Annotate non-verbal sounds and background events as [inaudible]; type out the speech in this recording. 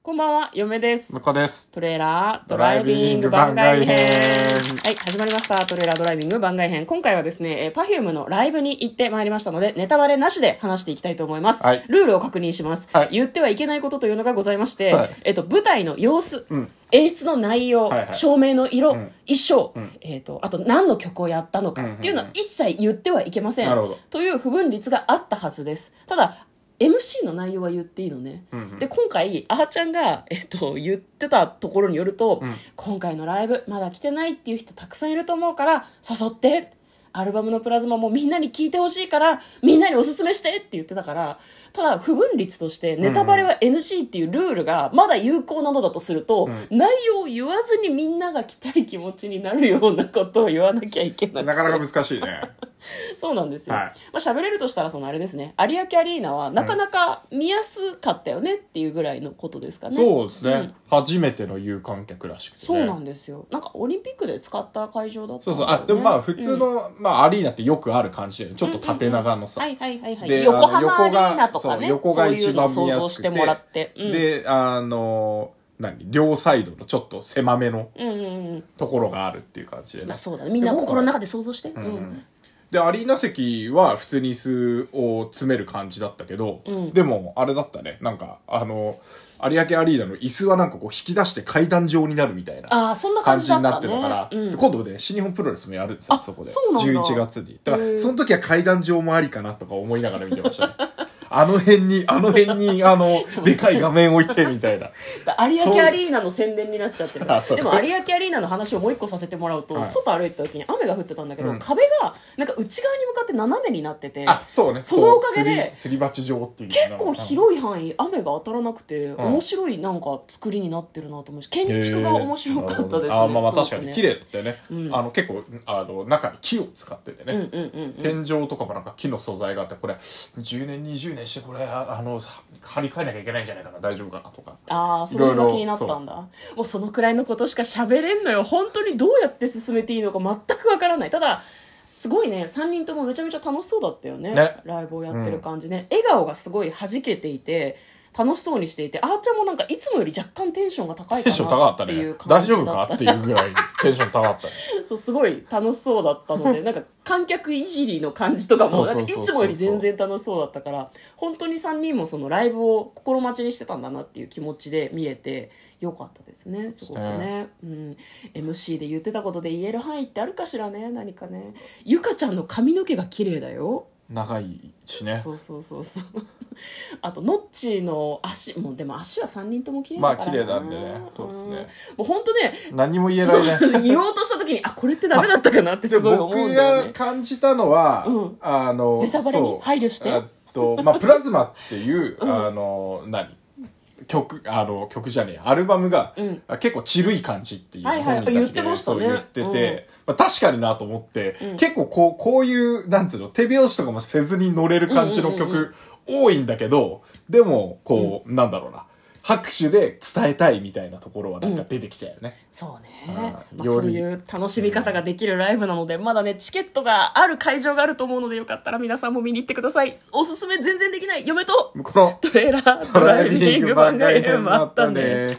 こんばんは、嫁です。向こうです。トレーラードライビング番外編。はい、始まりました。トレーラードライビング番外編。今回はですね、えー Perfume のライブに行ってまいりましたので、ネタバレなしで話していきたいと思います。はいルールを確認します、はい言ってはいけないことというのがございまして、はいえっと、舞台の様子、ん演出の内容、はいはい照明の色、ん衣装、えっと、あと何の曲をやったのかっていうのは一切言ってはいけません。なるほどという不分率があったはずです。ただ、MC の内容は言っていいのね。で、今回、あーちゃんが、えっと、言ってたところによると、今回のライブ、まだ来てないっていう人たくさんいると思うから、誘って、アルバムのプラズマもみんなに聞いてほしいから、みんなにおすすめしてって言ってたから、ただ、不分率として、ネタバレは NG っていうルールがまだ有効なのだとすると、内容を言わずにみんなが来たい気持ちになるようなことを言わなきゃいけない。なかなか難しいね。そうなんですよ。はいまあ喋れるとしたらそのあれですね。有明アリーナはなかなか見やすかったよねっていうぐらいのことですかね。 [laughs] そうですね、うん初めての有観客らしくて、ね。そうなんですよ。なんかオリンピックで使った会場だったそんうだそう。よねあ、でもまあ普通の、まあアリーナってよくある感じだよね。ちょっと縦長のさ。はいはいはいはい。で横あの浜アリーナとかね。横そがそうういう横のをが一番想見や像すしくててもらって。うん、で、あの、何両サイドのちょっと狭めのうんうんうん。ところがあるっていう感じでね。まあそうだね。みんなで僕は心の中で想像して。うん。で、アリーナ席は普通に椅子を詰める感じだったけど、でも、あれだったね。なんか、あの、有明アリーナの椅子はなんかこう引き出して階段状になるみたいな。ああ、そんな感感じじだったね。になってるから、うんで今度ね、新日本プロレスもやるんですあよ、そこで。そうなんだ11月に。だかへえら、その時は階段上もありかなとか思いながら見てましたね。あの辺に、あの辺に、[laughs] あの、でかい画面置いて、みたいな。有明アリーナの宣伝になっちゃってるあそうでも有明アリーナの話をもう一個させてもらうと、はい外歩いた時に雨が降ってたんだけど、うん壁がなんか内側に向かって斜めになっててあ、そうね。そのおかげでこうすりすり鉢状っていう。結構広い範囲雨が当たらなくて、ん面白いなんか作りになってるなと思うし建築が面白かったですね、へーなるほどあーまあまあすごく確かに綺麗だったよね。うんあの、結構、あの、中に木を使っててね。うんうんうんうん天井とかもなんか木の素材があって、これ、10年、20年して、これ、あの、さ張り替えなきゃいけないんじゃないかな、大丈夫かな、とか。ああそれが気になったいろんだもうそのくらいのことしか喋れんのよ本当にどうやって進めていいのか全くわからないただすごいね3人ともめちゃめちゃ楽しそうだったよねねライブをやってる感じね、笑顔がすごい弾けていて楽しそうにしていてあーちゃんもなんかいつもより若干テンションが高いテンション高かかなったっていねう。感大じだっ丈夫たかっていうぐらいテンション高かったね。そうすごい楽しそうだったの [laughs] でなんか観客いじりの感じとかもそうなそんうそかうそういつもより全然楽しそうだったから本当に3人もそのライブを心待ちにしてたんだなっていう気持ちで見れてよかったですねすごくね、うん、MC で言ってたことで言える範囲ってあるかしらね何かねゆかちゃんの髪の毛が綺麗だよ長いしね。そうそうそうそう [laughs] あとノッチーの足もうでも足は3人とも綺麗だまあから綺麗なんでね。そうですね。うんもう本当ね何も言えないね。 [laughs] 言おうとした時にあこれってダメだったかなってすごい思うん僕だよがね感じたのは、うんあの、ネタバレに配慮してそうあと、まあ、プラズマっていう、 [laughs] あの、何曲、あの、曲じゃねえや、アルバムが、うん結構ちるい感じっていうはいはい本人たちで言ってましたねそう言ってて、まあ、確かになと思って、結構こう、こういう、なんつうの、手拍子とかもせずに乗れる感じの曲、うんうんう多いんだけど、でも、こう、なんだろうな。拍手で伝えたいみたいなところはなんか出てきちゃうよね。そうね、はいまあ、そようりいう楽しみ方ができるライブなので、まだねチケットがある会場があると思うのでよかったら皆さんも見に行ってくださいおすすめ全然できない嫁とこのトレーラードドラライイビビンンググ番番外外編編もあもあっったたねね。